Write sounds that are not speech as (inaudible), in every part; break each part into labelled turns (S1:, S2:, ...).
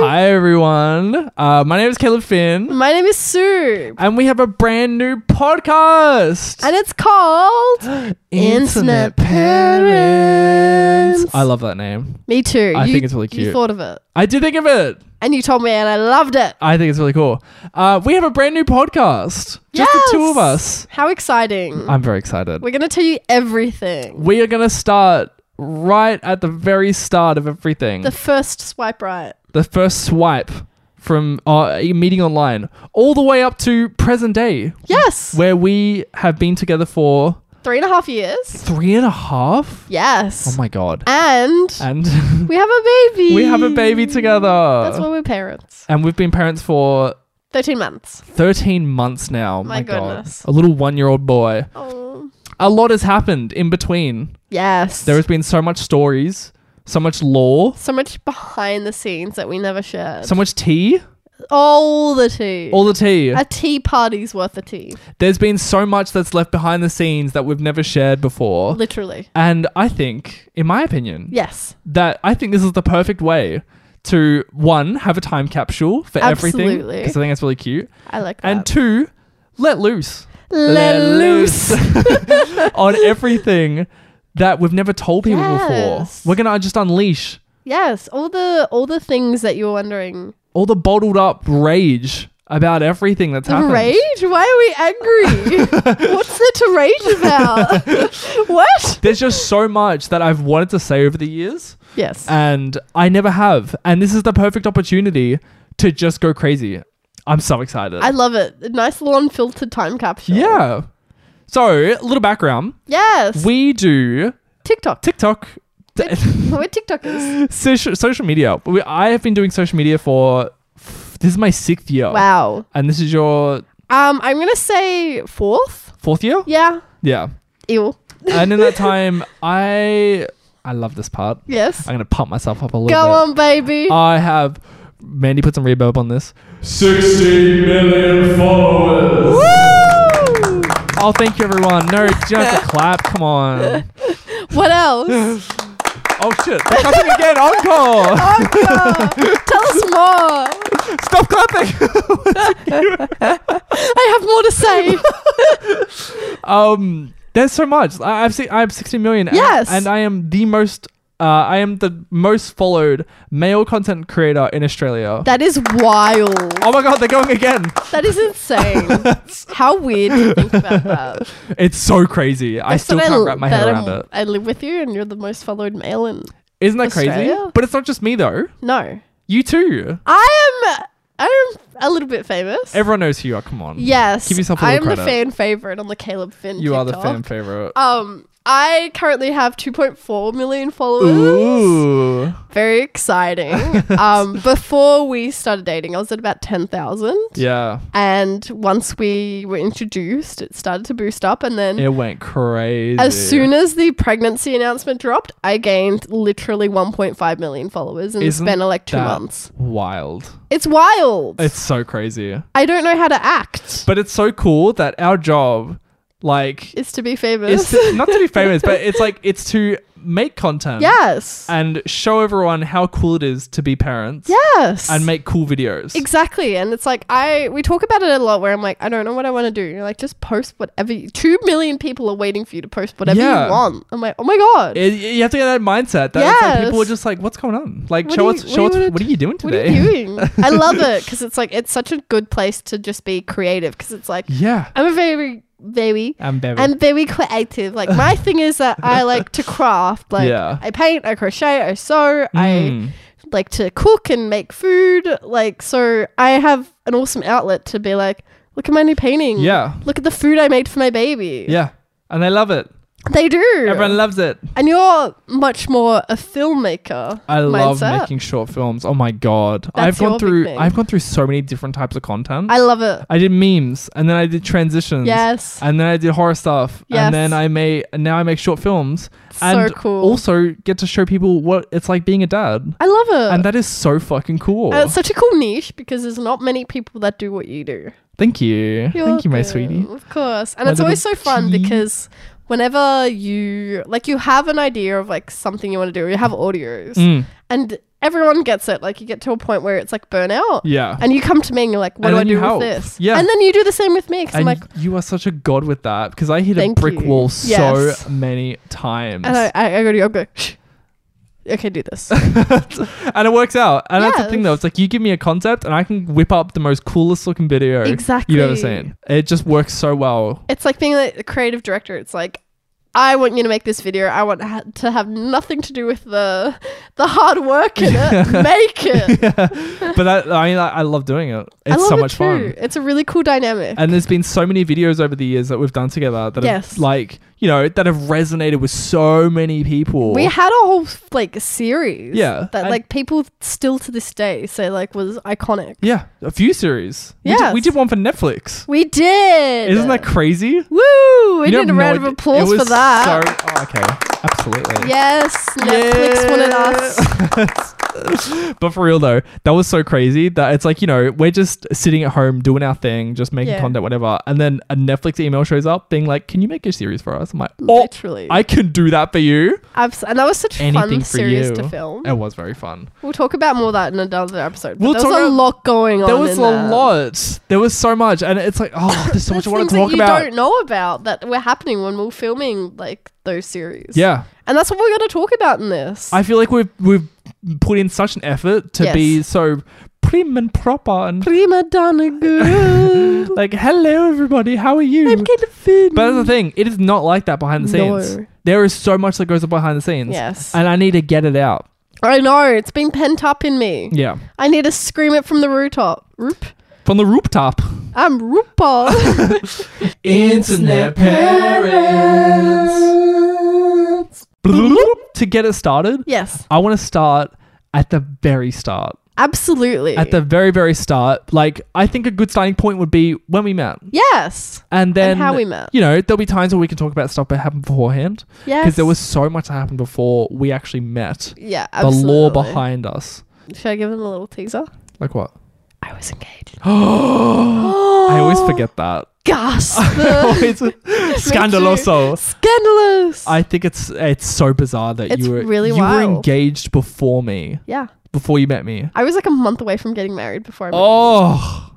S1: Hi, everyone. Uh, my name is Caleb Finn,
S2: My name is Sue,
S1: and we have a brand new podcast.
S2: and it's called.
S1: (gasps)
S2: Internet Parents.
S1: I love that name.
S2: Me too.
S1: I think it's really
S2: You
S1: cute.
S2: thought of it,
S1: I did think of it.
S2: and you told me, and I loved it.
S1: I think it's really cool. Uh, we have a brand new podcast. Just the two of us.
S2: How exciting!
S1: I'm very excited.
S2: We're gonna tell you everything.
S1: We are going to start right at the very start of everything.
S2: The first swipe right.
S1: the first swipe from our meeting online, all the way up to present day,
S2: Yes,
S1: where we have been together for
S2: three and a half years.
S1: three and a half. Oh
S2: Yes,
S1: my god!
S2: and
S1: And (laughs)
S2: we have a baby.
S1: we have a baby together,
S2: That's why we're parents.
S1: and we've been parents for
S2: Thirteen months.
S1: thirteen months now.
S2: My goodness.
S1: god, a little one-year-old boy.
S2: Oh.
S1: A lot has happened in between.
S2: Yes.
S1: There has been so much stories, so much lore,
S2: so much behind the scenes that we never shared.
S1: so much tea.
S2: All the tea.
S1: All the tea.
S2: a tea party's worth of tea.
S1: There's been so much that's left behind the scenes that we've never shared before.
S2: Literally.
S1: And I think, in my opinion,
S2: Yes.
S1: that I think this is the perfect way to one have a time capsule for everything
S2: Absolutely.
S1: because I think it's really cute,
S2: I like that.
S1: and two, let loose,
S2: Let loose.
S1: (laughs) on everything that we've never told people
S2: Yes.
S1: before. We're gonna just unleash
S2: (laughs) Yes, all the all the things that you were wondering.
S1: all the bottled up rage about everything that's happened.
S2: Rage? Why are we angry? What's there to rage about? (laughs) what?
S1: There's just so much that I've wanted to say over the years.
S2: Yes.
S1: and I never have. And this is the perfect opportunity to just go crazy. I'm so excited.
S2: I love it. A nice little unfiltered time capsule.
S1: yeah. So, a little background.
S2: Yes.
S1: We do
S2: TikTok. (laughs)
S1: TikTok,
S2: Tik- We're TikTokers.
S1: social, social media. We, I have been doing social media for, this is my sixth year.
S2: Wow.
S1: And this is your
S2: Um, I'm gonna say fourth.
S1: fourth year?
S2: Yeah.
S1: Yeah.
S2: Ew.
S1: And in
S2: (laughs)
S1: that time, I, I love Uh, this part.
S2: Yes.
S1: I'm going to pump myself up a little
S2: Go
S1: bit.
S2: on, baby.
S1: I have, Mandy put some reverb on this.
S3: 16 million followers.
S2: Woo!
S1: Oh, thank you, everyone. No, you don't
S2: (laughs)
S1: have to clap. Come on.
S2: What else?
S1: Oh shit! They're clapping again.
S2: (laughs)
S1: Encore.
S2: Oh, God. Tell us more.
S1: Stop clapping. (laughs)
S2: I have more to say.
S1: um, there's so much. I, I've seen. I have 16 million. and-
S2: Yes.
S1: And, I am the most. Uh, I am the most followed male content creator in Australia.
S2: that is wild.
S1: oh my god, they're going again.
S2: That
S1: (laughs)
S2: is insane. How weird to think about that.
S1: It's so crazy. (laughs) I
S2: That's
S1: still
S2: what
S1: can't
S2: l-
S1: wrap my head
S2: that
S1: around
S2: I'm-
S1: it.
S2: I live with you, and you're the most followed male in.
S1: Isn't that crazy?
S2: Australia?
S1: But it's not just me though.
S2: No,
S1: You too.
S2: I am. I am a little bit famous.
S1: Everyone knows who you are. Come on.
S2: yes,
S1: Give yourself a
S2: I am
S1: little
S2: the
S1: credit.
S2: fan favorite on the Caleb Finn.
S1: You are the
S2: TikTok.
S1: fan favorite.
S2: Um, I currently have 2.4 million followers.
S1: Ooh.
S2: Very exciting.
S1: (laughs)
S2: um, before we started dating, I was at about 10,000,
S1: Yeah.
S2: and once we were introduced, it started to boost up, and then
S1: It went crazy.
S2: As soon as the pregnancy announcement dropped, I gained literally 1.5 million followers in the
S1: Isn't
S2: span of like two
S1: that
S2: months.
S1: Wild.
S2: It's wild.
S1: It's so crazy.
S2: I don't know how to act.
S1: But it's so cool that our job, like,
S2: It's to be
S1: is
S2: famous.
S1: to, not to be famous, but it's like it's to make content.
S2: (laughs) yes.
S1: And show everyone how cool it is to be parents.
S2: yes.
S1: And make cool videos.
S2: exactly. And it's like I we talk about it a lot where I'm like, I don't know what I want to do. You're like, just post whatever you, two million people are waiting for you to post whatever
S1: Yeah.
S2: you want. I'm like, oh my god.
S1: It- you have to get that mindset that it's like people
S2: Yes.
S1: are just like, "What's going on? Like,
S2: What
S1: show
S2: do
S1: us,
S2: you-
S1: show
S2: what
S1: us,
S2: do you wanna
S1: what are you doing
S2: what are
S1: today?"
S2: you doing?
S1: (laughs)
S2: I love it because it's like it's such a good place to just be creative because it's like
S1: yeah,
S2: I'm a very very
S1: I'm very.
S2: I'm very creative. Like
S1: (laughs)
S2: my thing is that I like to craft. Like
S1: Yeah.
S2: I paint, I crochet, I sew,
S1: Mm.
S2: I like to cook and make food. Like so I have an awesome outlet to be like, look at my new painting.
S1: yeah,
S2: Look at the food I made for my baby.
S1: yeah, and they love it.
S2: They do.
S1: Everyone loves it.
S2: and you're much more a filmmaker.
S1: I love
S2: mindset.
S1: making short films. Oh my god, I've
S2: That's
S1: gone
S2: your big
S1: through.
S2: thing.
S1: I've gone through so many different types of content.
S2: I love it.
S1: I did memes, and then I did transitions.
S2: Yes.
S1: And then I did horror stuff.
S2: Yes.
S1: And then I made and now I make short films.
S2: So
S1: And
S2: cool.
S1: Also get to show people what it's like being a dad.
S2: I love it.
S1: And that is so fucking cool.
S2: And it's such a cool niche because there's not many people that do what you do.
S1: Thank you. Thank you, my
S2: You're
S1: sweetie.
S2: welcome. Of course. And
S1: My
S2: it's always so
S1: little
S2: fun
S1: cheese.
S2: because whenever you like you have an idea of like something you want to do, you have audios,
S1: Mm.
S2: and everyone gets it. Like you get to a point where it's like burnout,
S1: Yeah.
S2: and you come to me and you're like, "What
S1: And
S2: do I
S1: then you
S2: do
S1: help.
S2: with this?"
S1: Yeah.
S2: and then you do the same with me because I'm
S1: and
S2: like,
S1: you are such a god with that because I hit a
S2: Thank
S1: brick
S2: you.
S1: wall
S2: Yes.
S1: so many times,
S2: and I, I, I go to you, I go, Shh. "Okay, do this."
S1: (laughs) And it works out. And that's
S2: Yeah,
S1: the thing though.
S2: it's-
S1: It's like you give me a concept, and I can whip up the most coolest looking video
S2: Exactly.
S1: you've ever seen. It just works so well.
S2: it's like being like, a creative director. It's like. I want you to make this video. I want ha- to have nothing to do with the the hard work in
S1: (laughs)
S2: it. Make it.
S1: but that, I mean, I, I love doing it. It's
S2: I love
S1: so
S2: it
S1: much fun.
S2: too. It's a really cool dynamic.
S1: And there's been so many videos over the years that we've done together that
S2: Yes.
S1: have like, you know, that have resonated with so many people.
S2: we had a whole like series.
S1: Yeah,
S2: That
S1: and-
S2: like people still to this day say like was iconic.
S1: yeah, a few series. We did-
S2: Yes.
S1: We did, one for Netflix.
S2: We did.
S1: Isn't that crazy?
S2: Woo! We
S1: You
S2: need
S1: have
S2: a
S1: no
S2: round
S1: idea-
S2: of applause
S1: it
S2: for
S1: was
S2: that.
S1: So, oh, okay. Absolutely.
S2: yes, Netflix wanted us.
S1: us. (laughs) but for real though, that was so crazy that it's like, you know, we're just sitting at home doing our thing, just making
S2: Yeah.
S1: content, whatever. And then a Netflix email shows up being like, Can you make a series for us? I'm like, Oh,
S2: Literally.
S1: I can do that for you.
S2: Abs- and that was such a
S1: Anything
S2: fun
S1: for
S2: series
S1: you.
S2: to film.
S1: It was very fun.
S2: We'll talk about more of that in another episode. but
S1: We'll
S2: there was
S1: talk
S2: a
S1: about-
S2: lot going on.
S1: There was
S2: in
S1: a
S2: that.
S1: lot. There was so much. And it's like, oh, there's so
S2: There's
S1: much I want to
S2: things
S1: talk
S2: that you
S1: about.
S2: don't know about that were happening when we were filming like those series.
S1: Yeah.
S2: and that's what we're going to talk about in this.
S1: I feel like we've we've put in such an effort to
S2: Yes.
S1: be so prim and proper and
S2: Prima donna girl.
S1: (laughs) like, hello everybody, how are you?
S2: I'm kind of thin.
S1: But that's the thing, it is not like that behind the scenes.
S2: No.
S1: There is so much that goes on behind the scenes.
S2: Yes.
S1: And I need to get it out.
S2: I know. It's been pent up in me.
S1: Yeah.
S2: I need to scream it from the rooftop. Roop.
S1: From the rooftop.
S2: I'm RuPaul.
S1: (laughs) Internet parents. to get it started,
S2: yes.
S1: I want to start at the very start.
S2: Absolutely.
S1: At the very, very start. Like, I think a good starting point would be when we met.
S2: yes.
S1: And then,
S2: And how we met.
S1: you know, there'll be times where we can talk about stuff that happened beforehand. Because
S2: Yes.
S1: there was so much that happened before we actually met.
S2: Yeah.
S1: The law
S2: absolutely.
S1: behind us.
S2: Should I give them a little teaser?
S1: Like what? (gasps)
S2: I was engaged.
S1: I always forget that.
S2: (gasps)
S1: (laughs)
S2: Gasp. (laughs)
S1: Always. Scandaloso.
S2: Scandalous.
S1: I think it's it's so bizarre that
S2: It's
S1: you were
S2: really
S1: you were
S2: wild.
S1: engaged before me,
S2: yeah.
S1: before you met me.
S2: I was like a month away from getting married before I met you.
S1: Oh,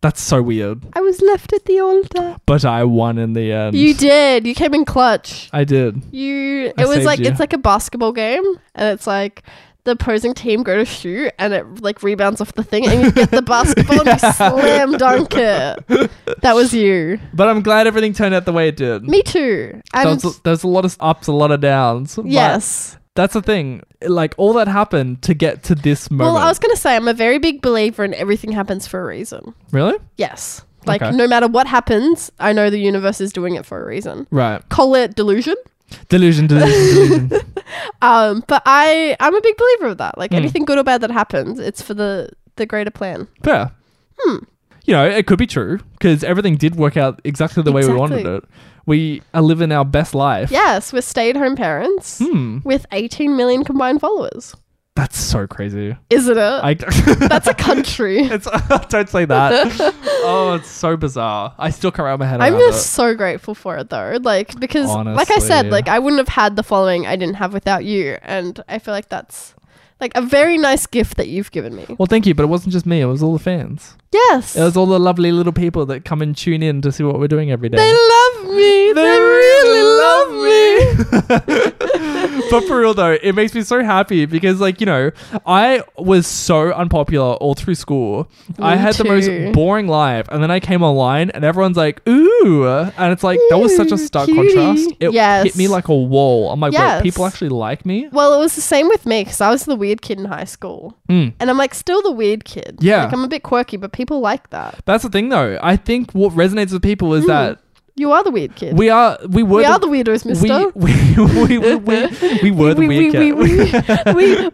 S1: that's so weird.
S2: I was left at the altar.
S1: But I won in the end.
S2: You did. You came in clutch.
S1: I did.
S2: You. It
S1: I
S2: was
S1: saved
S2: like
S1: you.
S2: it's like a basketball game, and it's like the opposing team go to shoot, and it like rebounds off the thing, and you get the basketball
S1: (laughs)
S2: and you slam dunk it. That was you.
S1: But I'm glad everything turned out the way it did.
S2: Me too.
S1: There
S2: And
S1: was, there was a lot of ups, a lot of downs. but
S2: yes.
S1: that's the thing. Like all that happened to get to this moment.
S2: Well, I was gonna say I'm a very big believer in everything happens for a reason.
S1: really
S2: Yes. Like
S1: Okay.
S2: no matter what happens, I know the universe is doing it for a reason.
S1: right.
S2: Call it delusion.
S1: Delusion, delusion,
S2: (laughs)
S1: delusion.
S2: Um, but I I'm a big believer of that.
S1: Hmm.
S2: Like anything good or bad that happens, it's for the the greater plan.
S1: Fair. Hmm. You know, it could be true because everything did work out exactly the way we wanted
S2: Exactly.
S1: it. We are living our best life.
S2: Yes, we're stay-at-home parents
S1: Hmm.
S2: with 18 million combined followers.
S1: That's so crazy.
S2: Isn't it?
S1: I (laughs)
S2: That's a country.
S1: it's, (laughs) don't say that.
S2: (laughs)
S1: oh, it's so bizarre. I still can't wrap my head
S2: I'm
S1: around
S2: just so grateful for it though. Like because like I
S1: Honestly.
S2: said, like I wouldn't have had the following I didn't have without you and I feel like that's like a very nice gift that you've given me.
S1: it. Well, thank you, but it wasn't just me. It was all the fans.
S2: Yes.
S1: It was all the lovely little people that come and tune in to see what we're doing every day.
S2: they love me. They, really love me.
S1: (laughs) but for real though, it makes me so happy because like, you know, I was so unpopular all through school. I had the
S2: too.
S1: most boring life and then I came online and everyone's like, ooh and it's like that was such a stark
S2: Ooh, cutie.
S1: contrast. It
S2: Yes.
S1: hit me like a wall. I'm like,
S2: Yes.
S1: wait, people actually like me?
S2: Well, it was the same with me because I was the weird kid in high school.
S1: Mm.
S2: And I'm like still the weird kid.
S1: Yeah.
S2: Like I'm a bit quirky, but people like that.
S1: That's the thing though. I think what resonates with people is that
S2: You are the weird kid.
S1: we are we were
S2: Hmm. We are the
S1: (laughs)
S2: weirdos,
S1: we-
S2: mister.
S1: we, we, we, we, we
S2: (laughs)
S1: were the weird
S2: we,
S1: kids.
S2: we,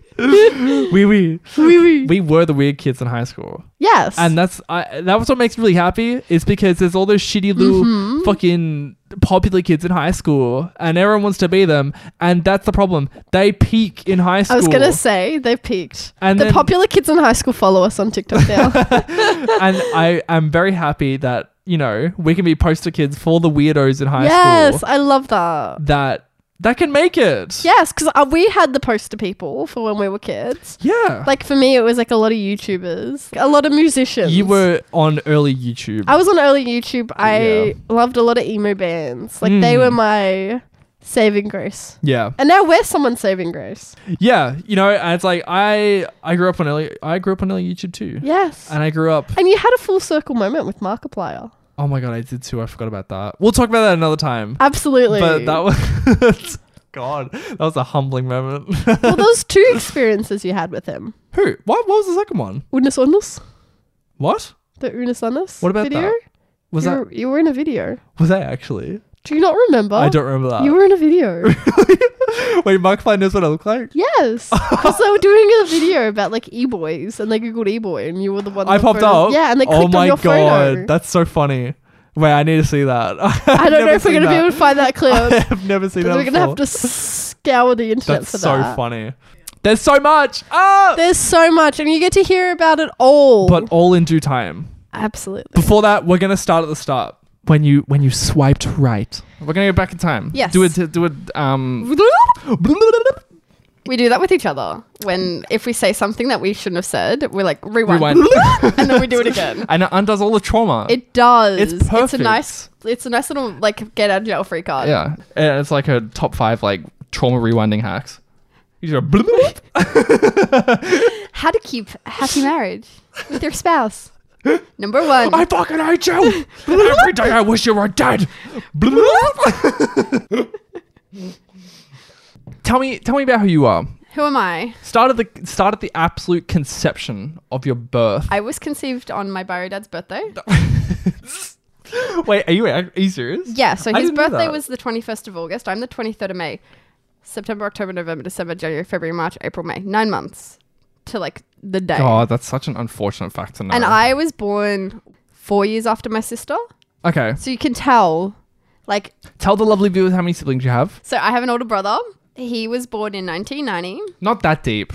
S1: (laughs) We, we,
S2: we, we,
S1: we were the weird kids in high school.
S2: Yes.
S1: and that's I, that was what makes me really happy is because there's all those shitty little
S4: Mm-hmm.
S1: fucking popular kids in high school and everyone wants to be them and that's the problem they peak in high
S2: I
S1: school
S2: was going to say they've peaked.
S1: And
S2: the
S1: then- (laughs)
S2: popular kids in high school follow us on TikTok now.
S1: and i am very happy that you know we can be poster kids for the weirdos in high
S4: yes,
S1: school
S4: I love that.
S1: that that can make it.
S4: Yes, because uh, we had the poster people for when we were kids.
S1: Yeah.
S4: Like for me, it was like a lot of YouTubers, a lot of musicians.
S1: you were on early YouTube.
S4: I was on early YouTube. I
S1: Yeah.
S4: loved a lot of emo bands. Like they
S1: Mm.
S4: were my saving grace.
S1: yeah.
S4: And now we're someone's saving grace.
S1: Yeah, you know, and it's like I I grew up on early I grew up on early YouTube too.
S4: Yes.
S1: And I grew up
S4: And you had a full circle moment with Markiplier.
S1: Oh my god, I did too. I forgot about that. We'll talk about that another time.
S4: Absolutely.
S1: But
S4: (laughs)
S1: that was (laughs) God, that was a humbling moment.
S4: well, those two experiences you had with him.
S1: (laughs) Who? What? What was the second one?
S4: Unis Unus,
S1: What
S4: the Unis Unus
S1: What about
S4: video.
S1: that? was
S4: you,
S1: that?
S4: Were, you were in a video.
S1: Was that actually?
S4: Do you not remember?
S1: I don't remember that.
S4: Oh, You were in a
S1: (laughs)
S4: video.
S1: Wait, Markiplier knows what I look like. (laughs)
S4: yes. Because they were doing a video about like e-boys and they googled e-boy and you were the one.
S1: I
S4: that
S1: popped
S4: photo-
S1: up.
S4: Yeah, and they clicked
S1: oh my
S4: on your
S1: god,
S4: photo.
S1: that's so funny. Wait, I need to see that. (laughs)
S4: I don't know if we're gonna be able to find that clip.
S1: I have never seen that.
S4: we're gonna have
S1: before.
S4: to scour the internet
S1: That's
S4: for
S1: so
S4: that.
S1: funny. There's so much.
S2: (laughs)
S1: Ah!
S4: There's so much, and you get to hear about it all.
S1: but all in due time.
S4: absolutely,
S1: (laughs) Before that, we're gonna start at the start. When you when you swiped right, we're gonna go back in time.
S2: Yes.
S1: Do it. Do it. Um.
S2: We do that with each other. When if we say something that we shouldn't have said, we're like rewind,
S1: Rewind.
S2: (laughs)
S1: (laughs)
S2: and then we do it again.
S1: and it undoes all the trauma.
S2: It does.
S1: It's
S2: It's a
S1: perfect.
S2: nice. It's a nice little like get out of jail free card.
S1: yeah. And it's like a top five like trauma rewinding hacks. You just go. (laughs)
S2: How to keep a happy marriage with
S1: (gasps)
S2: your spouse. Number one.
S1: I fucking hate you. Every day I wish you were dead. tell me, tell me about who you are.
S2: Who am I?
S1: Start at the start at the absolute conception of your birth.
S2: I was conceived on my bio dad's birthday.
S1: (laughs) Wait, are you are you serious?
S2: Yeah, so
S1: I
S2: his
S1: didn't know
S2: birthday
S1: that.
S2: was the 21st of August. I'm the 23rd of May. September, October, November, December, January, February, March, April, May. Nine months to like the day.
S1: God, that's such an unfortunate fact to know.
S2: And I was born four years after my sister.
S1: okay,
S2: So you can tell, like,
S1: tell the lovely viewers how many siblings you have.
S2: so I have an older brother. He was born in 1990.
S1: Not that deep.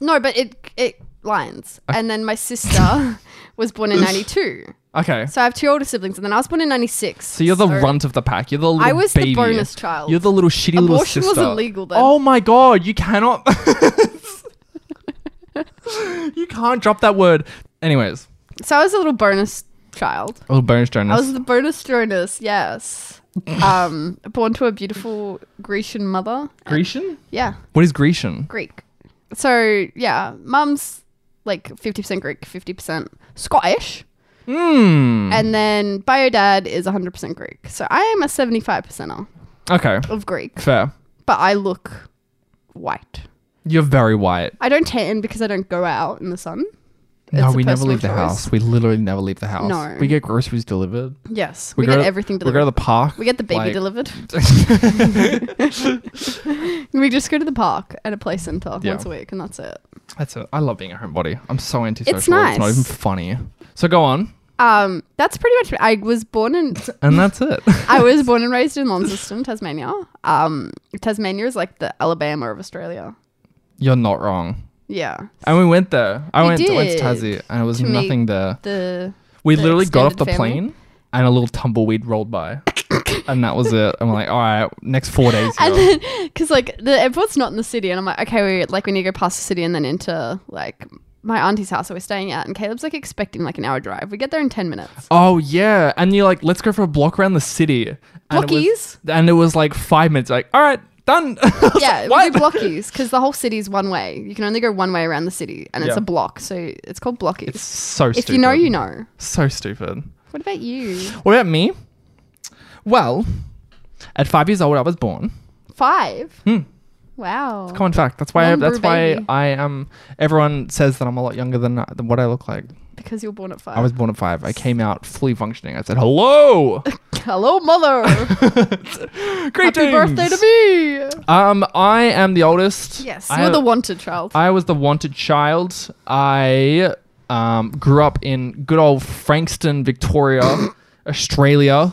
S2: No, but it it lines. And then my sister (laughs) was born
S1: (laughs)
S2: in 92.
S1: Okay, so,
S2: So I have two older siblings, and then I was born in 96.
S1: you're the runt of the pack. You're the little
S2: I was the
S1: baby.
S2: bonus child.
S1: You're the little shitty little
S2: Abortion
S1: sister.
S2: was illegal then.
S1: Oh my god, you cannot. (laughs) you can't drop that word. Anyways,
S2: So I was a little bonus child.
S1: little bonus Jonas.
S2: I was the bonus
S1: (laughs)
S2: Jonas, yes. um, born to a beautiful Grecian mother.
S1: Grecian.
S2: Yeah,
S1: What is Grecian?
S2: Greek. So yeah, mum's like 50% Greek, 50% Scottish.
S1: Hmm.
S2: And then bio dad is 100% Greek. So I am a 75%er
S1: Okay,
S2: of Greek,
S1: fair.
S2: but I look white.
S1: You're very white.
S2: I don't tan because I don't go out in the sun.
S1: No,
S2: It's a
S1: we never
S2: personal
S1: leave the
S2: choice.
S1: house. We literally never leave the house.
S2: No.
S1: We get groceries delivered.
S2: Yes, we, get everything
S1: We go
S2: delivered.
S1: to the park.
S2: baby
S1: like- (laughs)
S2: delivered. (laughs) we just go to the park and a play center
S1: Yeah.
S2: once a week, and that's it.
S1: That's it. I love being a homebody. I'm so antisocial. It's, not
S2: nice.
S1: even funny. So go on.
S2: Um, that's pretty much. I was born in. (laughs)
S1: And that's it.
S2: I was born and raised in Launceston, Tasmania. Um, Tasmania is like the Alabama of Australia.
S1: You're not wrong.
S2: Yeah,
S1: And we went there. I
S2: We
S1: went, went to
S2: did.
S1: Tassie and it was
S2: To meet
S1: nothing there.
S2: the
S1: We
S2: the
S1: literally got off the
S2: extended family.
S1: plane and a little tumbleweed rolled
S2: (coughs)
S1: by. and that was it. And we're like, all right, next four days.
S2: (laughs) and
S1: here."
S2: then because like the airport's not in the city, and I'm like, okay, we like we need to go past the city and then into like my auntie's house that we're staying at, and Caleb's like expecting like an hour drive. We get there in ten minutes.
S1: oh, yeah. And you're like, let's go for a block around the city. And it was, and it was like five minutes. Like, all right, done. (laughs)
S2: yeah,
S1: What? (laughs)
S2: we do blockies because the whole city is one way. You can only go one way around the city, and it's
S1: Yeah.
S2: a block, so it's called blockies.
S1: it's so
S2: if
S1: stupid.
S2: you know, you know.
S1: So stupid.
S2: What about you?
S1: What about me? Well, at five years old, I was born.
S2: Five.
S1: Hmm.
S2: Wow.
S1: Common fact. That's why. I,
S2: Lumber
S1: that's why
S2: baby.
S1: I Um, everyone says that I'm a lot younger than, than what I look like.
S2: Because you were born at five.
S1: I was born at five. I came out fully functioning. I said, "Hello,
S2: Hello, mother.
S1: (laughs) great
S2: (laughs) Happy birthday to me.
S1: Um, I am the oldest.
S2: Yes,
S1: I,
S2: you're the wanted child.
S1: I was the wanted child. I um grew up in good old Frankston, Victoria, (coughs) Australia.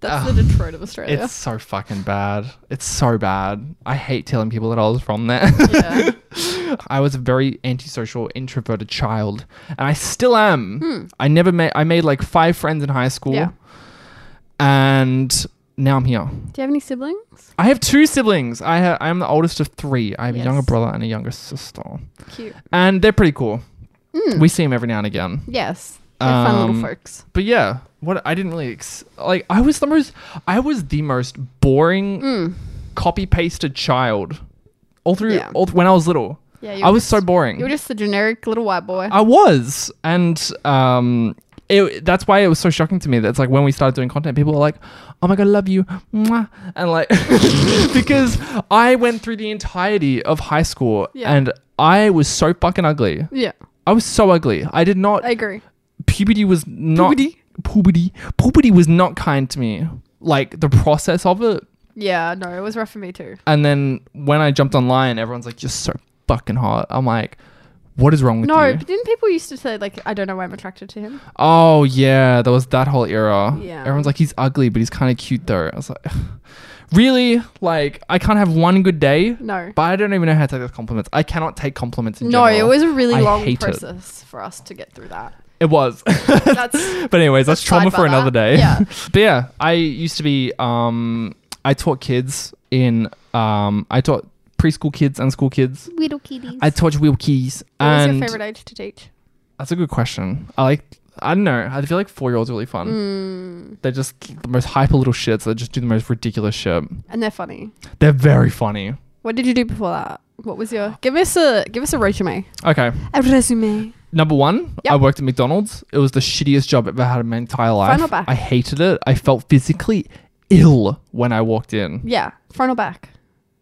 S2: That's the Detroit of Australia.
S1: It's so fucking bad. It's so bad. I hate telling people that I was from there.
S2: yeah.
S1: (laughs) I was a very antisocial, introverted child, and I still am. I never made. I made like five friends in high school,
S2: Hmm. Yeah.
S1: and now I'm here.
S2: Do you have any siblings?
S1: I have two siblings. I ha- I am the oldest of three. I have a
S2: Yes.
S1: younger brother and a younger sister,
S2: Cute.
S1: and they're pretty cool.
S2: Mm.
S1: We see them every now and again.
S2: Yes. They're fun
S1: Um,
S2: little folks.
S1: But yeah, what I didn't really ex- like. I was the most. I was the most boring,
S2: Mm.
S1: copy pasted child. All through
S2: Yeah.
S1: all th- when I was little,
S2: Yeah, you
S1: I
S2: were
S1: was so
S2: just-
S1: boring.
S2: You were just the generic little white boy.
S1: I was, and um, it, that's why it was so shocking to me. That's like when we started doing content, people were like, "Oh my god, love you," Mwah. and like (laughs) because I went through the entirety of high school,
S2: Yeah.
S1: and I was so fucking ugly.
S2: yeah,
S1: I was so ugly. I did not.
S2: I agree.
S1: puberty was not
S2: Puberty?
S1: puberty. Puberty was not kind to me. Like the process of it,
S2: Yeah, no, it was rough for me too.
S1: and then when I jumped online, everyone's like, "You're so fucking hot." I'm like. What is wrong with
S2: No,
S1: you?
S2: but didn't people used to say like, I don't know why I'm attracted to him?
S1: Oh yeah, there was that whole era.
S2: Yeah.
S1: Everyone's like, he's ugly, but he's kind of cute though. I was like, (sighs) really? Like, I can't have one good day.
S2: No,
S1: But I don't even know how to take those compliments. I cannot take compliments in
S2: no,
S1: general.
S2: it was a really
S1: I
S2: long
S1: hate it.
S2: process for us to get
S1: (laughs)
S2: through that.
S1: It was.
S2: That's
S1: but anyways, that's
S2: Let's
S1: trauma
S2: sidebar
S1: for another
S2: that.
S1: day.
S2: Yeah.
S1: (laughs) but yeah, I used to be. Um, I taught kids in. Um, I taught preschool kids and school kids.
S2: little kitties.
S1: I taught wheelkeys.
S2: what was
S1: and
S2: your favorite age to teach?
S1: That's a good question. I like. I don't know. I feel like four year olds are really fun.
S2: Mm.
S1: They're just the most hyper little shits. They just do the most ridiculous shit.
S2: And they're funny.
S1: They're very funny.
S2: What did you do before that? What was your? Give us a give us a resume.
S1: Okay.
S2: A resume.
S1: Number one,
S2: Yep.
S1: I worked at McDonald's. It was the shittiest job I've ever had in my entire life.
S2: or back?
S1: I hated it. I felt physically ill when I walked in.
S2: Yeah, front or back.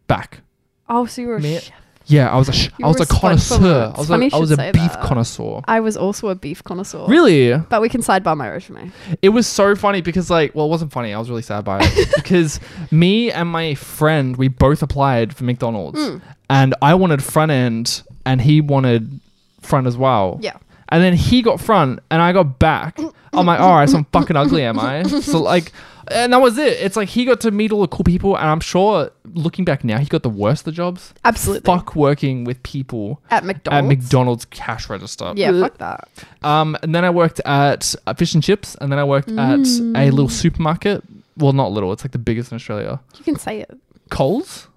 S1: Back.
S2: Oh, so you were. a
S1: Me-
S2: chef.
S1: Yeah, I was a sh-
S2: You
S1: I was a
S2: were a sponge for
S1: connoisseur.
S2: lunch.
S1: I was
S2: Funny
S1: a,
S2: you
S1: I was a
S2: should
S1: beef
S2: say that. Oh.
S1: connoisseur.
S2: I was also a beef connoisseur.
S1: Really?
S2: But we can sidebar my resume.
S1: It was so funny because like well it wasn't funny, I was really sad by
S2: (laughs)
S1: it. because me and my friend, we both applied for McDonald's
S2: Mm.
S1: and I wanted front end and he wanted front as well.
S2: Yeah.
S1: And then he got front and I got back. I'm like, alright, so I'm fucking ugly, am I? So like and that was it. It's like he got to meet all the cool people and I'm sure looking back now he got the worst of the jobs.
S2: Absolutely.
S1: Fuck working with people
S2: At McDonald's.
S1: at McDonald's cash register.
S2: Yeah, fuck that.
S1: Um, and then I worked at uh, Fish and Chips, and then I worked at
S2: Mm.
S1: a little supermarket. Well, not little; it's like the biggest in Australia.
S2: You can say it.
S1: Coles?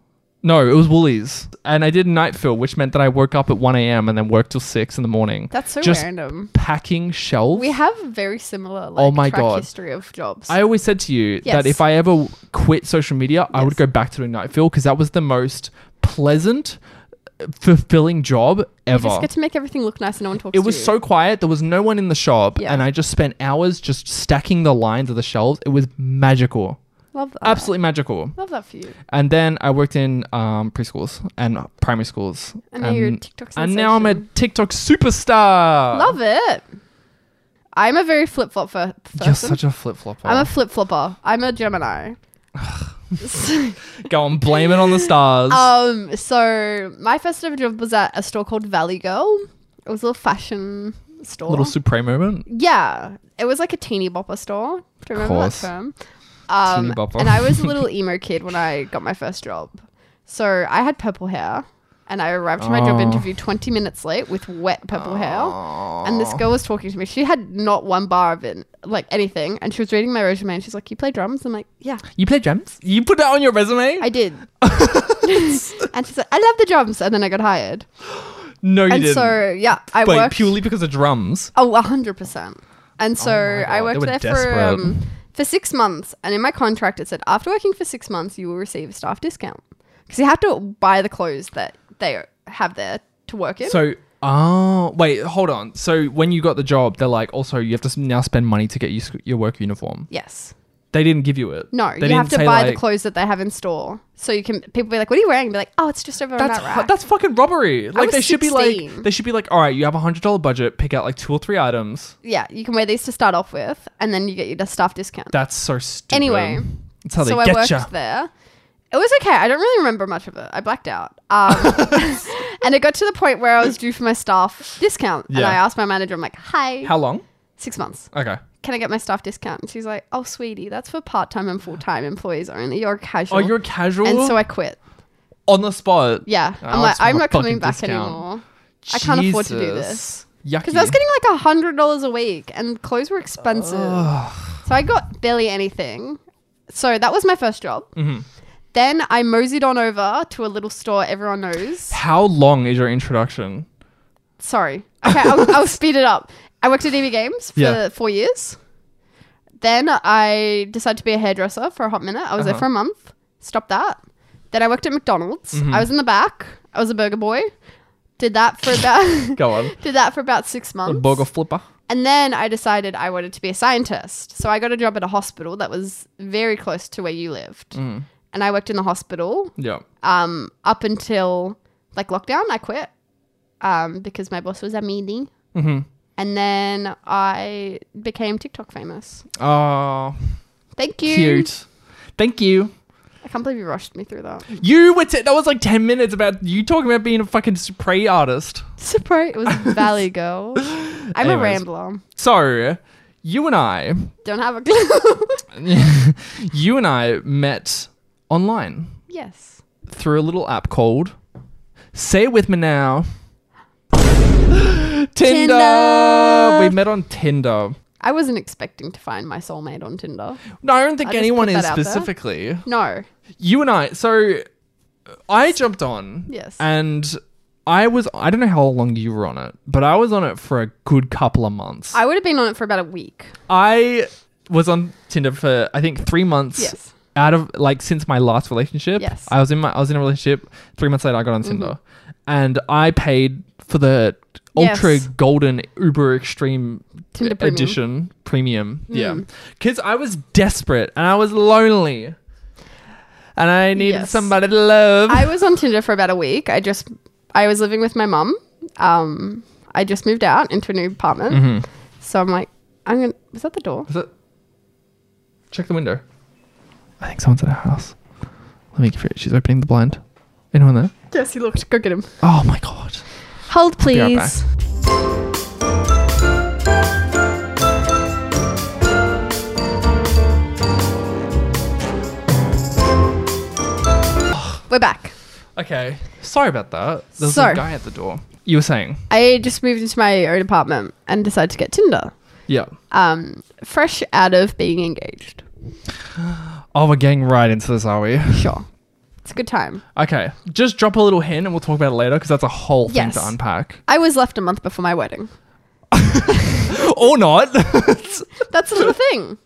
S1: No, it was Woolies. And I did night fill, which meant that I woke up at one a.m. and then worked till six in the morning.
S2: That's so
S1: Just
S2: random.
S1: packing shelves.
S2: We have very similar like
S1: Oh my
S2: track
S1: God.
S2: history of jobs.
S1: I always said to you that
S2: Yes.
S1: if I ever quit social media, I would
S2: Yes.
S1: go back to doing night fill because that was the most pleasant, uh, fulfilling job
S2: you
S1: ever.
S2: just get to make everything look nice and no one talks
S1: It
S2: to
S1: was
S2: you.
S1: so quiet. There was no one in the shop,
S2: Yeah.
S1: and I just spent hours just stacking the lines of the shelves. It was magical,
S2: Love that.
S1: absolutely magical.
S2: Love that for you.
S1: And then I worked in um, preschools and primary schools,
S2: And now you're a TikTok
S1: Um, and now I'm a
S2: sensation.
S1: TikTok superstar.
S2: Love it. I'm a very flip flop person.
S1: (laughs) You're such a flip flopper.
S2: I'm a flip flopper. I'm a Gemini. So-
S1: Go on, blame it on the
S2: (laughs)
S1: stars.
S2: um, so my first ever job was at a store called Valley Girl. It was a little fashion store.
S1: Little supreme moment.
S2: Yeah, it was like a teeny bopper store. Do you remember that
S1: Course.
S2: term? Um,
S1: Teeny bopper.
S2: And I
S1: (laughs)
S2: was a little emo kid when I got my first job. So I had purple hair, and I arrived to my job
S1: Oh.
S2: interview 20 minutes late with wet purple hair. And this girl was talking to me. She had not one bar of it, like anything. And she was reading my resume, and she's like, "You play drums?" I'm like, "Yeah,
S1: You play drums? You put that on your resume? (laughs)
S2: I did." (laughs) and she said, "I love the drums," and then I got hired.
S1: no, you
S2: and
S1: didn't.
S2: so yeah, I
S1: Wait,
S2: worked
S1: purely because of drums.
S2: Oh, a hundred percent. And so
S1: my
S2: I
S1: God, they
S2: worked
S1: were
S2: there for
S1: desperate.
S2: um, for six months, and in my contract it said after working for six months you will receive a staff discount because you have to buy the clothes that they have there to work in.
S1: So, oh, wait, hold on. So, when you got the job, they're like, also, you have to s- now spend money to get your, sc- your work uniform.
S2: yes,
S1: They didn't give you it.
S2: no,
S1: they
S2: you have to
S1: say,
S2: buy
S1: like,
S2: the clothes that they have in store. So you can people be like, "What are you wearing?" Be like, "Oh, it's just over on
S1: That's
S2: that rack."
S1: hu- that's fucking robbery. Like
S2: was
S1: they should be
S2: 16.
S1: like they should be like, all right, you have a hundred dollar budget, pick out like two or three items.
S2: yeah, you can wear these to start off with, and then you get your staff discount.
S1: That's so stupid.
S2: Anyway,
S1: that's how they
S2: so I
S1: get
S2: worked
S1: you.
S2: there. It was okay. I don't really remember much of it. I blacked out.
S1: (laughs)
S2: Um, and it got to the point where I was due for my staff discount. And
S1: Yeah.
S2: I asked my manager, I'm like, hi,
S1: How long?
S2: six months.
S1: Okay,
S2: can I get my staff discount? And she's like, oh, sweetie, that's for part time and full time employees only. You're casual.
S1: Oh, you're casual
S2: and so I quit.
S1: on the spot.
S2: Yeah.
S1: I
S2: I'm
S1: asked
S2: like,
S1: for
S2: I'm
S1: Oh, a
S2: not coming
S1: fucking
S2: back
S1: discount.
S2: anymore. I can't afford to do this. Because
S1: Because
S2: I was getting like a hundred dollars a week, and clothes were expensive, so I got barely anything. So that was my first job.
S1: Mm-hmm.
S2: Then I moseyed on over to a little store everyone knows.
S1: How long is your introduction?
S2: Sorry, okay, I'll, I'll speed it up. I worked at EV Games for
S1: Yeah.
S2: four years. Then I decided to be a hairdresser for a hot minute. I was there
S1: Uh-huh.
S2: for a month. Stopped that. Then I worked at McDonald's.
S1: Mm-hmm.
S2: I was in the back. I was a burger boy. Did that for
S1: (laughs)
S2: about.
S1: Go on.
S2: (laughs) Did that for about six months.
S1: A burger flipper.
S2: And then I decided I wanted to be a scientist. So I got a job at a hospital that was very close to where you lived.
S1: Mm.
S2: And I worked in the hospital
S1: Yeah.
S2: um, up until like lockdown. I quit um, because my boss was a meanie.
S1: Mhm.
S2: And then I became TikTok famous.
S1: Oh,
S2: Thank you.
S1: cute. Thank you.
S2: I can't believe you rushed me through that.
S1: You were t- that was like ten minutes about you talking about being a fucking spray artist.
S2: Surprise. It was
S1: (laughs)
S2: Valley Girl. I'm a
S1: Anyways.
S2: rambler.
S1: So, you and I, (laughs)
S2: Don't have a clue. (laughs)
S1: you and I met online
S2: yes.
S1: through a little app called Say It With Me Now. (gasps) Tinder.
S2: Tinder.
S1: We met on Tinder.
S2: I wasn't expecting to find my soulmate on Tinder.
S1: No, I don't think
S2: I'll just
S1: anyone
S2: put
S1: is
S2: that out there.
S1: specifically.
S2: No.
S1: You and I. So I jumped on.
S2: Yes.
S1: And I was. I don't know how long you were on it, but I was on it for a good couple of months. I,
S2: I would have been on it for about a week.
S1: was on Tinder for I think three months.
S2: Yes.
S1: Out of like since my last relationship.
S2: Yes. Mm-hmm.
S1: I was in my. I was in a relationship. Three months later, I got on Tinder, and I paid for the ultra
S2: Yes.
S1: golden uber extreme e-,
S2: Tinder Premium. Mm.
S1: edition premium. Yeah. Because I was desperate and I was lonely. And I needed
S2: Yes.
S1: somebody to love.
S2: I was on Tinder for about a week. I just I was living with my mum. Um, I just moved out into a new apartment,
S1: Mm-hmm.
S2: so I'm like, I'm gonna. Was that the door?
S1: Is it? Check the window. I think someone's at our house. Let me give her. She's opening the blind. Anyone there?
S2: Yes, he looked. Go get him.
S1: Oh my god.
S2: Hold,
S1: Be right
S2: please.
S1: back.
S2: We're back.
S1: Okay. Sorry about that. There's
S2: So-
S1: a guy at the door. You were saying?
S2: I just moved into my own apartment and decided to get Tinder.
S1: Yeah.
S2: Um, fresh out of being engaged.
S1: Oh, we're getting right into this, are we?
S2: Sure, it's a good time.
S1: Okay. Just drop a little hint and we'll talk about it later because that's a whole thing
S2: Yes.
S1: to unpack.
S2: I was left a month before my wedding.
S1: or not. (laughs)
S2: That's a (laughs) little thing.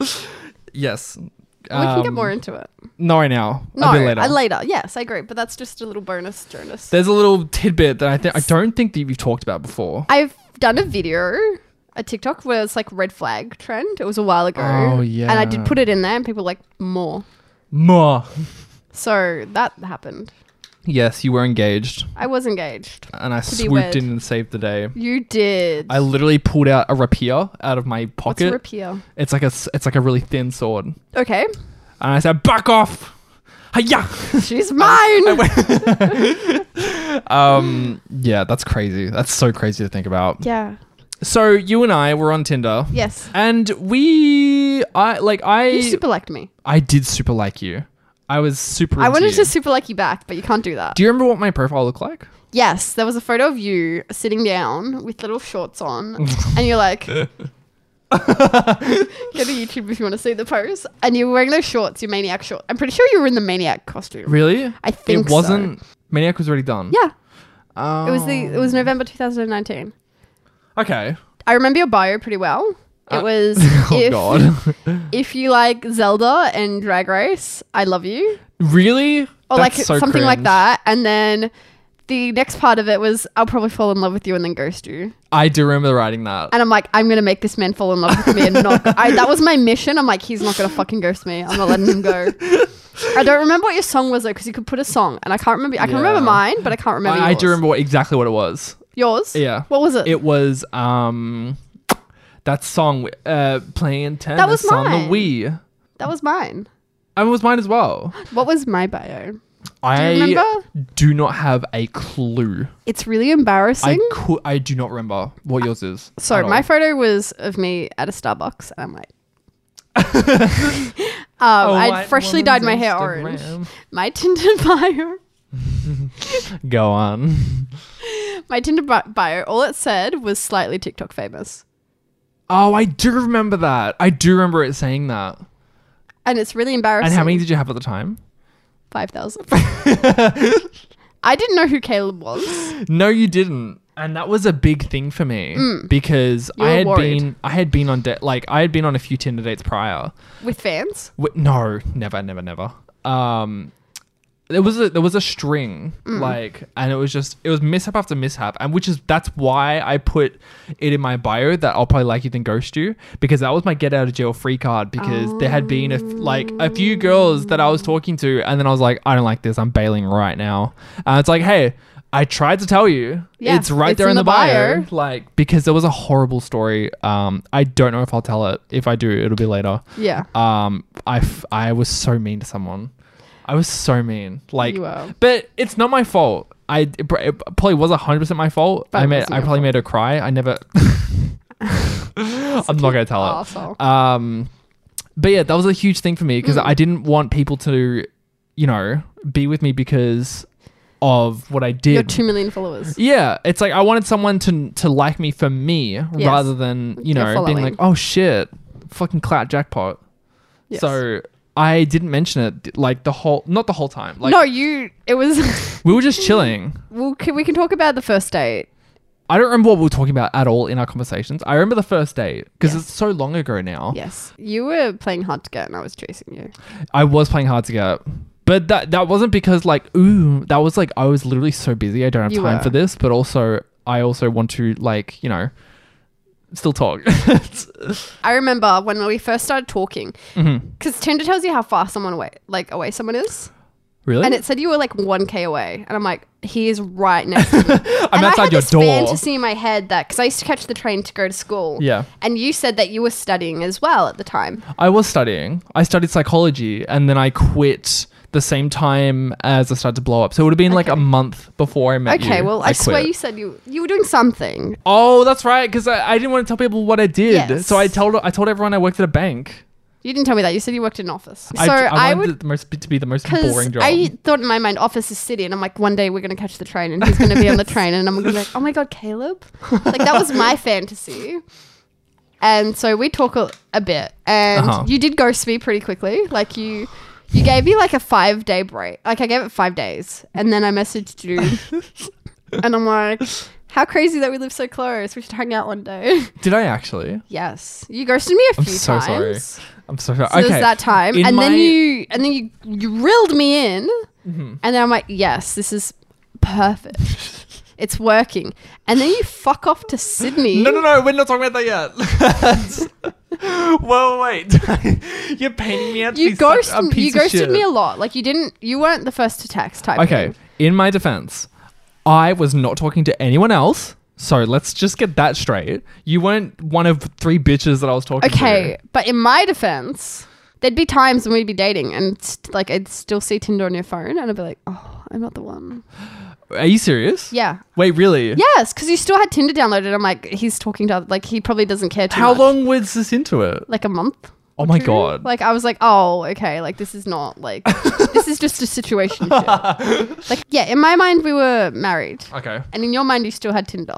S1: yes.
S2: we can get more into it.
S1: No, right now.
S2: No,
S1: a bit Um, later.
S2: uh, later. Yes, I agree. But that's just a little bonus, Jonas.
S1: There's a little tidbit that I think I don't think that you've talked about before.
S2: I've done a video, a TikTok where it's like red flag trend. It was a while ago.
S1: Oh,
S2: And
S1: yeah.
S2: I did put it in there and people were like more.
S1: More.
S2: So that happened.
S1: Yes, you were engaged,
S2: I was engaged.
S1: and I
S2: be
S1: swooped
S2: wed.
S1: in and saved the day.
S2: You did.
S1: I literally pulled out a rapier out of my
S2: What's a
S1: pocket.
S2: rapier?
S1: it's like a s- it's like a really thin sword, and (laughs)
S2: Okay.
S1: I said, "Back off!" Hiya!
S2: She's mine.
S1: um, yeah, that's crazy. That's so crazy to think about.
S2: yeah.
S1: So you and I were on Tinder.
S2: Yes.
S1: And we, I like I,
S2: You super liked me.
S1: I did super like you. I was super.
S2: I
S1: into
S2: wanted
S1: you.
S2: to super like you back, but you can't do that.
S1: Do you remember what my profile looked like?
S2: yes, there was a photo of you sitting down with little shorts on, and
S1: (laughs)
S2: you're like, go to YouTube if you want to see the pose. And you were wearing those shorts, your maniac short. I'm pretty sure you were in the maniac costume.
S1: Really?
S2: I think
S1: it wasn't. Maniac was already done.
S2: Yeah,
S1: Oh.
S2: it was the it was November 2019.
S1: (laughs) Okay.
S2: I remember your bio pretty well. It
S1: Uh,
S2: was
S1: (laughs) Oh
S2: if, (laughs)
S1: god.
S2: if you like Zelda and Drag Race, I love you,
S1: really?
S2: or
S1: That's
S2: like
S1: so
S2: something like
S1: cringe.
S2: that. And then the next part of it was I'll probably fall in love with you and then ghost you.
S1: I do remember writing that.
S2: And I'm like, I'm gonna make this man fall in love with me, and not. I, that was my mission. I'm like, he's not gonna fucking ghost me. I'm not letting
S1: (laughs)
S2: him go. I don't remember what your song was though, because you could put a song, and I can't remember. I can
S1: Yeah.
S2: remember mine, but I can't remember.
S1: I, I
S2: yours.
S1: do remember what, exactly what it was.
S2: yours.
S1: Yeah.
S2: What was it?
S1: It was um that song uh playing tennis
S2: was
S1: on
S2: mine.
S1: the Wii.
S2: that was mine. (gasps)
S1: And it was mine as well.
S2: What was my bio?
S1: I
S2: remember?
S1: do not have a clue.
S2: It's really embarrassing.
S1: I could. I do not remember what yours is.
S2: so
S1: at all.
S2: my photo was of me at a Starbucks, and
S1: (laughs)
S2: I'm like, um,
S1: A
S2: I'd
S1: white
S2: freshly
S1: Oh, woman's
S2: dyed my hair orange.
S1: Instagram.
S2: My Tinder (laughs) bio,
S1: Go on.
S2: my Tinder bi- bio, all it said was slightly TikTok famous,
S1: Oh, I do remember that. I do remember it saying that.
S2: and it's really embarrassing.
S1: And how many did you have at the time?
S2: (laughs) Five
S1: (laughs)
S2: thousand. I didn't know who Caleb was.
S1: No, you didn't. And that was a big thing for me because I
S2: Mm. were
S1: had
S2: worried.
S1: been I had been on de- like I had been on a few Tinder dates prior.
S2: With fans,
S1: Wh- no, never, never, never. Um, there was a there was a string
S2: Mm.
S1: like, and it was just it was mishap after mishap, and which is that's why I put it in my bio that I'll probably like you than ghost you because that was my get out of jail free card because there had been a f- like a few girls that I was talking to, and then I was like, I don't like this, I'm bailing right now, and it's like, hey. I tried to tell you.
S2: Yeah,
S1: it's right
S2: it's
S1: there in, the, bio.
S2: bio.
S1: Like, because there was a horrible story. Um, I don't know if I'll tell it. If I do, it'll be later
S2: yeah,
S1: um I, f- I was so mean to someone i was so mean like
S2: You were.
S1: but it's not my fault i it, pr- it probably was 100% my fault
S2: But
S1: i
S2: it
S1: made i
S2: wasn't your
S1: probably made her cry i never i'm not gonna tell it
S2: arsehole.
S1: um but yeah that was a huge thing for me because
S2: Mm.
S1: i didn't want people to you know be with me because of what i did
S2: You're two
S1: (laughs)
S2: million followers.
S1: yeah, it's like I wanted someone to to like me for me rather than you
S2: Your
S1: know being
S2: following.
S1: like, oh shit, fucking clout jackpot.
S2: Yes.
S1: So I didn't mention it like the whole not the whole time. Like
S2: no, you. It was. (laughs)
S1: we were just chilling.
S2: well, can, we can talk about the first date.
S1: I don't remember what we were talking about at all in our conversations. I remember the first date because it's so long ago now.
S2: Yes, you were playing hard to get, and I was chasing you.
S1: I was playing hard to get. But that that wasn't because like ooh that was like I was literally so busy I don't have
S2: You
S1: time
S2: were.
S1: for this but also I also want to like you know still talk (laughs)
S2: I remember when we first started talking,
S1: Mm-hmm.
S2: because Tinder tells you how far someone away, like away someone is,
S1: really
S2: and it said you were like one k away, and I'm like, he is right
S1: (laughs)
S2: next to me.
S1: I'm
S2: and I
S1: outside
S2: had
S1: your
S2: this
S1: door.
S2: fantasy in my head that because I used to catch the train to go to school.
S1: Yeah.
S2: and you said that you were studying as well at the time.
S1: I was studying. I studied psychology and then I quit the same time as I started to blow up. So it would have been like a month before I met you.
S2: Okay, well, I, swear
S1: quit.
S2: you said you you were doing something.
S1: Oh, that's right, because I, I didn't want to tell people what I did.
S2: Yes.
S1: So I told I told everyone I worked at a bank.
S2: You didn't tell me that. You said you worked in an office.
S1: I-
S2: so
S1: I,
S2: I,
S1: wanted
S2: would.
S1: it the most, to be the most
S2: Because
S1: boring job.
S2: I thought in my mind, office is city, and I'm like, one day we're gonna catch the train, and he's gonna be
S1: (laughs)
S2: on the train, and I'm gonna be like, oh my god, Caleb, like that was my fantasy. And so we talk a, a bit, and
S1: Uh-huh.
S2: you did ghost me pretty quickly. Like you, you gave me like a five day break. Like I gave it five days, and then I
S1: (laughs)
S2: messaged you, and I'm like, how crazy that we live so close. We should hang out one day. (laughs)
S1: did I actually?
S2: yes, you ghosted me a
S1: I'm
S2: few
S1: so sorry.
S2: times.
S1: I'm so sorry.
S2: So
S1: okay.
S2: it was that time,
S1: In
S2: and then
S1: my- Mm-hmm.
S2: you and then you you reeled me in, and then I'm like, yes, this is
S1: (laughs)
S2: perfect. it's working. And then you fuck off to Sydney.
S1: No, no, no. We're not talking about that yet. (laughs) well, wait. You're painting me out. to
S2: You
S1: be such a
S2: ghosted. You
S1: piece of
S2: ghosted
S1: shit.
S2: me a lot. Like you didn't. You weren't the first to text type.
S1: Okay,
S2: thing.
S1: in my defense, I was not talking to anyone else. So let's just get that straight. You weren't one of three bitches that I was talking to.
S2: Okay, but in my defense, there'd be times when we'd be dating, and st- like I'd still see Tinder on your phone, and I'd be like, oh, I'm not the one.
S1: Are you serious?
S2: Yeah.
S1: Wait, really?
S2: Yes, because you still had Tinder downloaded. I'm like, he's talking to other, like he probably doesn't care too
S1: How
S2: much.
S1: long was this into it?
S2: Like a month.
S1: Oh my god.
S2: Hmm? Like I was like, oh, okay, like this is not like this is just a situation.
S1: (laughs)
S2: like yeah, in my mind we were married,
S1: okay.
S2: and in your mind you still
S1: (laughs)
S2: had Tinder.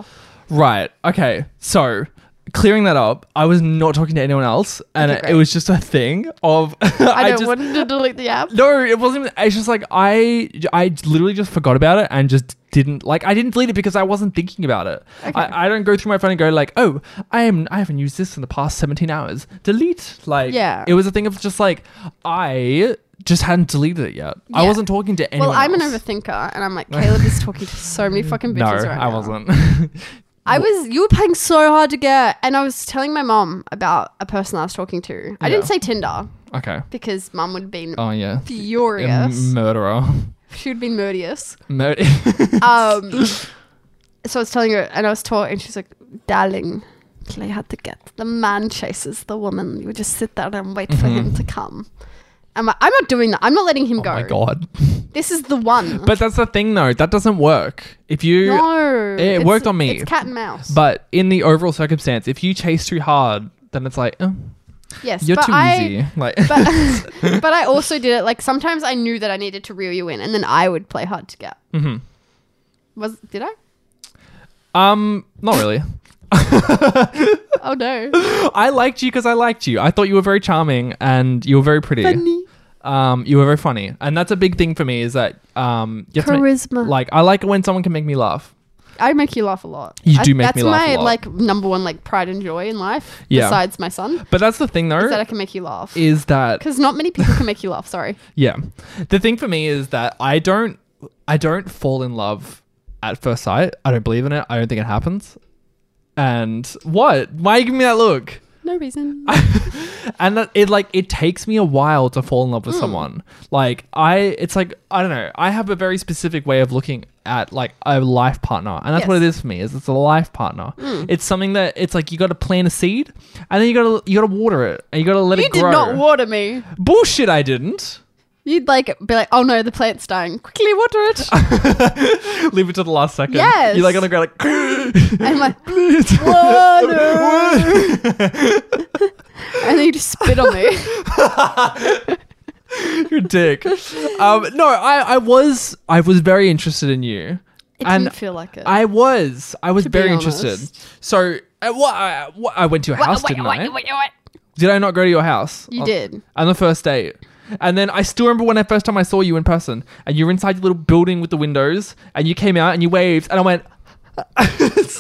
S1: Right. Okay. So clearing that up, I was not talking to anyone else, and
S2: Okay,
S1: it, it
S2: great.
S1: was just a thing of (laughs)
S2: I, don't
S1: just,
S2: want to delete
S1: (laughs)
S2: the app.
S1: No, it wasn't. Even, it's just like I, I literally just forgot about it and just didn't like. I didn't delete it because I wasn't thinking about it. I, I don't go through my phone and go like, oh, I am. I haven't used this in the past seventeen hours. Delete. Like,
S2: Yeah.
S1: It was a thing of just like I just hadn't deleted it yet. I
S2: Yeah.
S1: wasn't talking to anyone.
S2: Well, I'm an
S1: else. Mm.
S2: overthinker, and
S1: (laughs)
S2: I'm like, Caleb is talking to so many fucking bitches
S1: No,
S2: right now.
S1: I wasn't. (laughs)
S2: I was. You were playing so hard to get, and I was telling my mom about a person I was talking to. I didn't
S1: Yeah.
S2: say Tinder
S1: okay.
S2: because mum would have been
S1: Oh yeah. A
S2: furious.
S1: murderer. (laughs)
S2: She would have been murderous.
S1: Murder.
S2: Um, so I was telling her, and I was talking, and she's like, "Darling, play hard to get. The man chases the woman. You just sit there and wait for him to come." I'm like, I'm not doing that. I'm not letting him
S1: (laughs) Mm-hmm. oh
S2: go.
S1: my god.
S2: This is the one.
S1: But that's the thing, though. That doesn't work. If you,
S2: no,
S1: it
S2: it's-
S1: worked on me.
S2: It's cat and mouse.
S1: but in the overall circumstance, if you chase too hard, then it's like, oh,
S2: yes,
S1: you're
S2: but
S1: too
S2: I,
S1: easy. (laughs) Like,
S2: (laughs)
S1: (laughs)
S2: But but I also did it like sometimes I knew that I needed to reel you in, and then I would play hard to get.
S1: Mhm.
S2: Was did I?
S1: um, not
S2: (laughs)
S1: really.
S2: Oh
S1: (laughs)
S2: no.
S1: I liked you because I liked you. I thought you were very charming and you were very pretty.
S2: Funny.
S1: Um, you were very funny, and that's a big thing for me. Is that um, you have to make-
S2: Charisma.
S1: like I like it when someone can make me laugh.
S2: I make you laugh a lot.
S1: You
S2: I-
S1: do make
S2: that's
S1: me laugh a
S2: my
S1: lot.
S2: like number one like pride and joy in life.
S1: Yeah.
S2: Besides my son,
S1: But that's the thing, though,
S2: is that I can make you laugh.
S1: is that
S2: Because not many people can make you laugh. Sorry.
S1: Yeah. The thing for me is that I don't I don't fall in love at first sight. I don't believe in it. I don't think it happens. And what? Why are you giving me that look?
S2: (laughs) No reason.
S1: And that it like it takes me a while to fall in love with
S2: Hmm.
S1: someone. Like I it's like I don't know. I have a very specific way of looking at like a life partner. And that's what it
S2: Yes.
S1: is
S2: Hmm.
S1: for me. Is it's a life partner. It's something that it's like you got to plant a seed and then you got to you got to water it and you got to let
S2: you
S1: it grow.
S2: did not water me.
S1: Bullshit I didn't.
S2: You'd like be like, oh no, the plant's dying. Quickly water
S1: (laughs)
S2: it.
S1: Leave it to the last second.
S2: Yes.
S1: You're like gonna go like
S2: and like,
S1: (laughs) please. (laughs)
S2: water. and then you just spit (laughs) on me.
S1: You're a dick. Um, no, I, I was I was very interested in you.
S2: It
S1: And
S2: didn't feel like it.
S1: I was I was
S2: To be
S1: very
S2: honest.
S1: interested. So uh, what, I, what I went to your house, didn't I?
S2: wait.
S1: Did I not go to your house? Oh.
S2: You
S1: on-
S2: did.
S1: On the first date. And then I still remember when I first time I saw you in person, and you were inside your little building with the windows, and you came out and you waved, and I went. (laughs)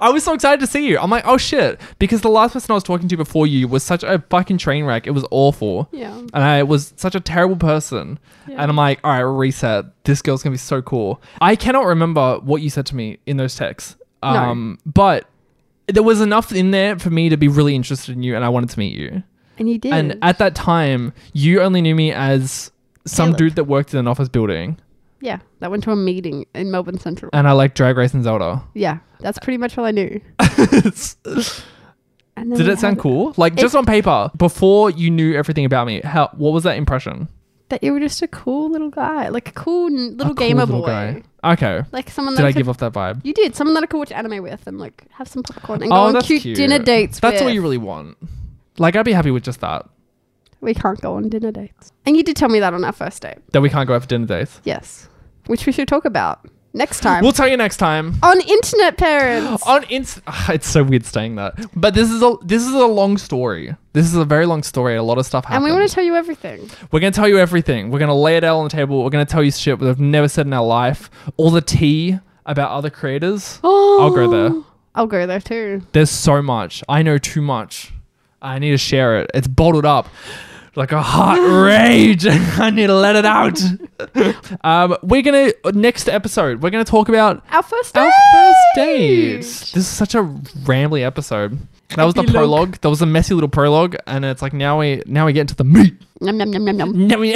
S1: I was so excited to see you. I'm like, oh shit, because the last person I was talking to before you was such a fucking train wreck. It was awful.
S2: Yeah.
S1: And I was such a terrible person. And I'm like, all right, reset. This girl's gonna be so cool. I cannot remember what you said to me in those texts. Um, but there was enough in there for me to be really interested in you, and I wanted to meet you.
S2: And you did.
S1: And at that time, you only knew me as some
S2: Caleb.
S1: dude that worked in an office building,
S2: yeah, that went to a meeting in Melbourne Central.
S1: and I like Drag Race and (laughs) Zelda.
S2: yeah, that's pretty much all I knew. And then
S1: Did
S2: we
S1: it sound
S2: had-
S1: cool? Like just on paper, before you knew everything about me, how what was that impression?
S2: That you were just a cool little guy, like a cool n- little gamer
S1: Cool little
S2: boy,
S1: guy. Okay.
S2: like someone that
S1: Did I
S2: could-
S1: give off that vibe?
S2: You did someone that I could watch anime with and like have some popcorn and go
S1: Oh,
S2: on
S1: that's
S2: cute,
S1: cute.
S2: dinner dates.
S1: That's all
S2: with.
S1: you really want. Like I'd be happy with just that.
S2: We can't go on dinner dates. And you did tell me that on our first date.
S1: That we can't go out for dinner dates.
S2: Yes, which we should talk about
S1: (gasps)
S2: next time
S1: We'll tell you next time.
S2: on
S1: (gasps)
S2: internet parents.
S1: On inst- (laughs) it's so weird saying that, but this is a this is a long story. This is a very long story. A lot of stuff
S2: and
S1: happened.
S2: we want to tell you everything.
S1: We're going to tell you everything. We're going to lay it out on the table. We're going to tell you shit we've never said in our life. All the tea about other creators.
S2: Oh.
S1: I'll go there.
S2: (gasps) I'll go there too.
S1: There's so much. I know too much. I need to share it. It's bottled up like a hot rage. (laughs) I need to let it out. um, we're going to, next episode, we're going to talk about
S2: Our first date.
S1: our first date. This is such a rambly episode. That was the
S2: Epilogue.
S1: prologue. That was a messy little prologue, and it's like now we (laughs) now we get into the meat.
S2: Nom, nom, nom, nom, nom.
S1: Now we-